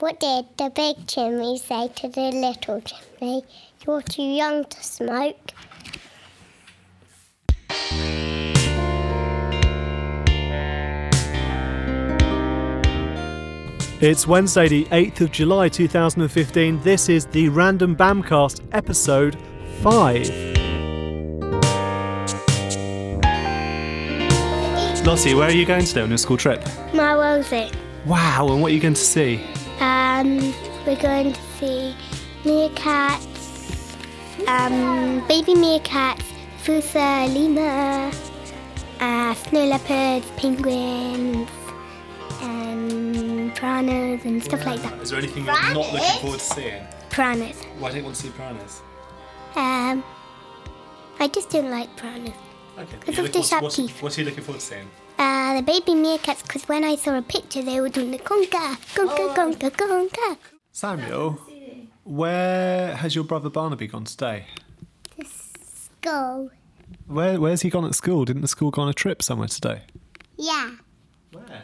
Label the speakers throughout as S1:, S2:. S1: What did the big chimney say to the little chimney? You're too young to smoke.
S2: It's Wednesday, the 8th of July 2015. This is the Random Bamcast episode 5. Lottie, where are you going today on your school trip?
S1: My Rosie.
S2: Wow, and what are you going to see?
S1: Um, we're going to see meerkats, um, baby meerkats, Fusa Lima, uh, snow leopards, penguins, um, piranhas and stuff like that.
S2: Is there anything
S1: you're not looking Piranhas? forward
S2: to seeing?
S1: Piranhas.
S2: Why don't you want to see piranhas?
S1: Um, I just don't like piranhas.
S2: Okay.
S1: Because of the sharp teeth.
S2: What are you looking forward to seeing?
S1: Uh, the baby meerkats, because when I saw a picture, they were doing the conga, conga, conga, conga.
S2: Samuel, where has your brother Barnaby gone today?
S1: Go.
S2: Where, where's he gone at school? Didn't the school go on a trip somewhere today?
S1: Yeah.
S2: Where?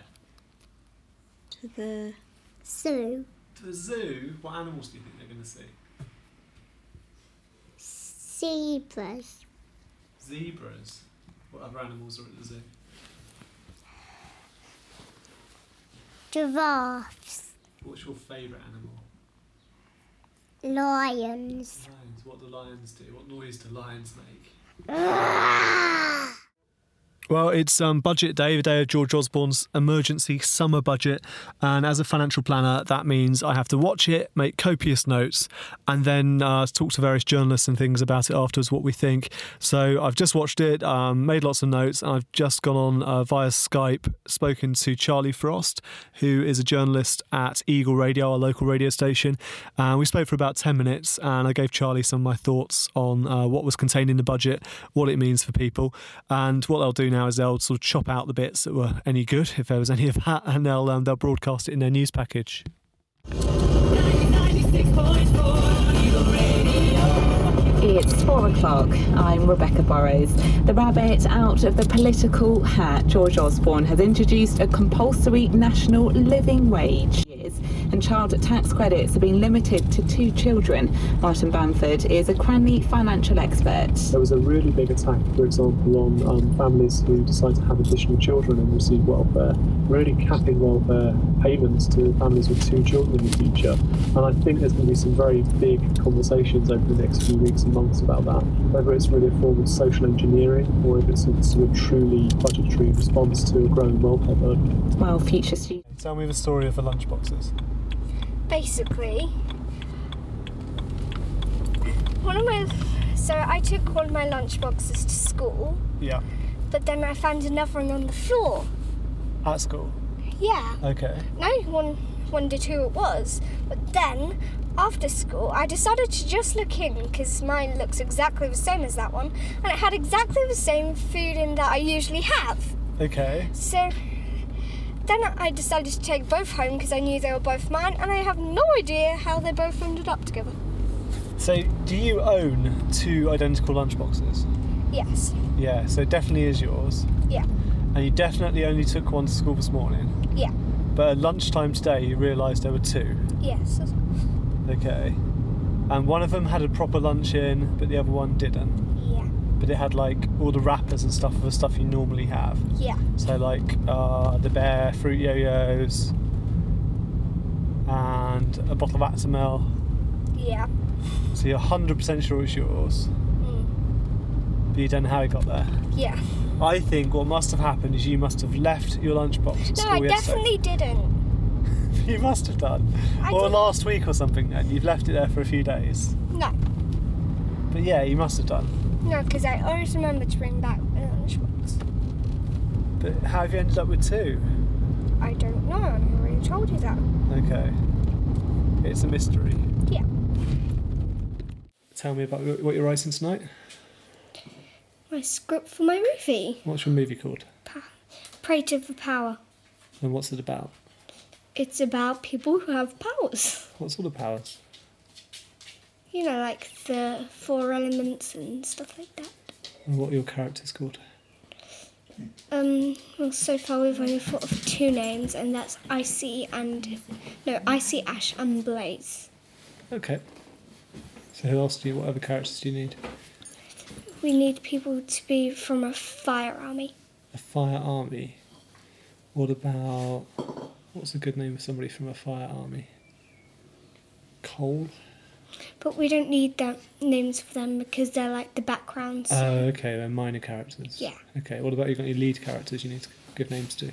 S3: The
S1: So,
S2: To the zoo? What animals do you think they're going to see?
S1: zebras,
S2: Zebras. What other animals are at the zoo?
S1: giraffes,
S2: What's your favourite animal?
S1: lions.
S2: Lions. What do lions do? What noise do lions make? Well, it's um, budget day, the day of George Osborne's emergency summer budget. And as a financial planner, that means I have to watch it, make copious notes, and then uh, talk to various journalists and things about it afterwards, what we think. So I've just watched it, um, made lots of notes, and I've just gone on uh, via Skype, spoken to Charlie Frost, who is a journalist at Eagle Radio, our local radio station. Uh, we spoke for about 10 minutes, and I gave Charlie some of my thoughts on uh, what was contained in the budget, what it means for people. And what they'll do now is they'll sort of chop out the bits that were any good, if there was any of that, and they'll um, they'll broadcast it in their news package.
S4: It's four o'clock. I'm Rebecca Burrows. The rabbit out of the political hat, George Osborne has introduced a compulsory national living wage. Years, And child tax credits have been limited to two children. Martin Bamford is a Cranley financial expert.
S5: There was a really big attack, for example, on um, families who decide to have additional children and receive welfare, really capping welfare payments to families with two children in the future. And I think there's going to be some very big conversations over the next few weeks and months about that, whether it's really a form of social engineering or if it's a sort of truly budgetary response to a growing welfare burden.
S4: While future students.
S2: Tell me the story of the lunchboxes.
S6: basically one of my so I took one of my lunch boxes to school,
S2: Yeah,
S6: but then I found another one on the floor.
S2: at school.
S6: Yeah,
S2: Okay.
S6: no one wondered who it was. But then after school, I decided to just look in because mine looks exactly the same as that one, and it had exactly the same food in that I usually have.
S2: Okay.
S6: So then I decided to take both home because I knew they were both mine, and I have no idea how they both ended up together.
S2: So, do you own two identical lunchboxes?
S6: Yes.
S2: Yeah. So it definitely is yours.
S6: Yeah.
S2: And you definitely only took one to school this morning.
S6: Yeah.
S2: But at lunchtime today, you realised there were two.
S6: Yes.
S2: Okay. And one of them had a proper lunch in, but the other one didn't.
S6: Yeah.
S2: but it had like all the wrappers and stuff of the stuff you normally have.
S6: Yeah.
S2: So like uh, the bear fruit yo-yos and a bottle of Actimel.
S6: Yeah.
S2: So you're hundred percent sure it's yours,
S6: Mm.
S2: but you don't know how it got there.
S6: Yeah.
S2: I think what must have happened is you must have left your lunchbox at
S6: No,
S2: school
S6: I
S2: yesterday.
S6: definitely didn't.
S2: you must have done,
S6: I
S2: or
S6: didn't.
S2: last week or something. Then you've left it there for a few days.
S6: No.
S2: But yeah, you must have done.
S6: No, because I always remember to bring back my lunchbox.
S2: But how have you ended up with two?
S6: I don't know. I never really told you that.
S2: Okay, it's a mystery.
S6: Yeah.
S2: Tell me about wh- what you're writing tonight.
S6: My script for my movie,
S2: What's your movie called?
S6: Pray to the Power.
S2: And what's it about?
S6: It's about people who have powers.
S2: What's all the powers?
S6: You know, like the four elements and stuff like that.
S2: And what are your characters called?
S6: Um, well, so far we've only thought of two names, and that's Icy and no, Icy Ash and Blaze.
S2: Okay. So who else do you? What other characters do you need?
S6: We need people to be from a fire army.
S2: A fire army. What about? What's a good name for somebody from a fire army? Coal.
S6: But we don't need their names for them because they're like the backgrounds.
S2: Oh, okay. They're minor characters.
S6: Yeah.
S2: Okay. What about you? Got any lead characters you need to give names to?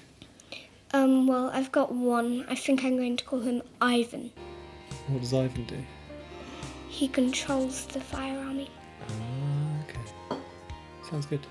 S6: um, well, I've got one. I think I'm going to call him Ivan.
S2: What does Ivan do?
S6: He controls the fire army.
S2: Ah, okay. Sounds good.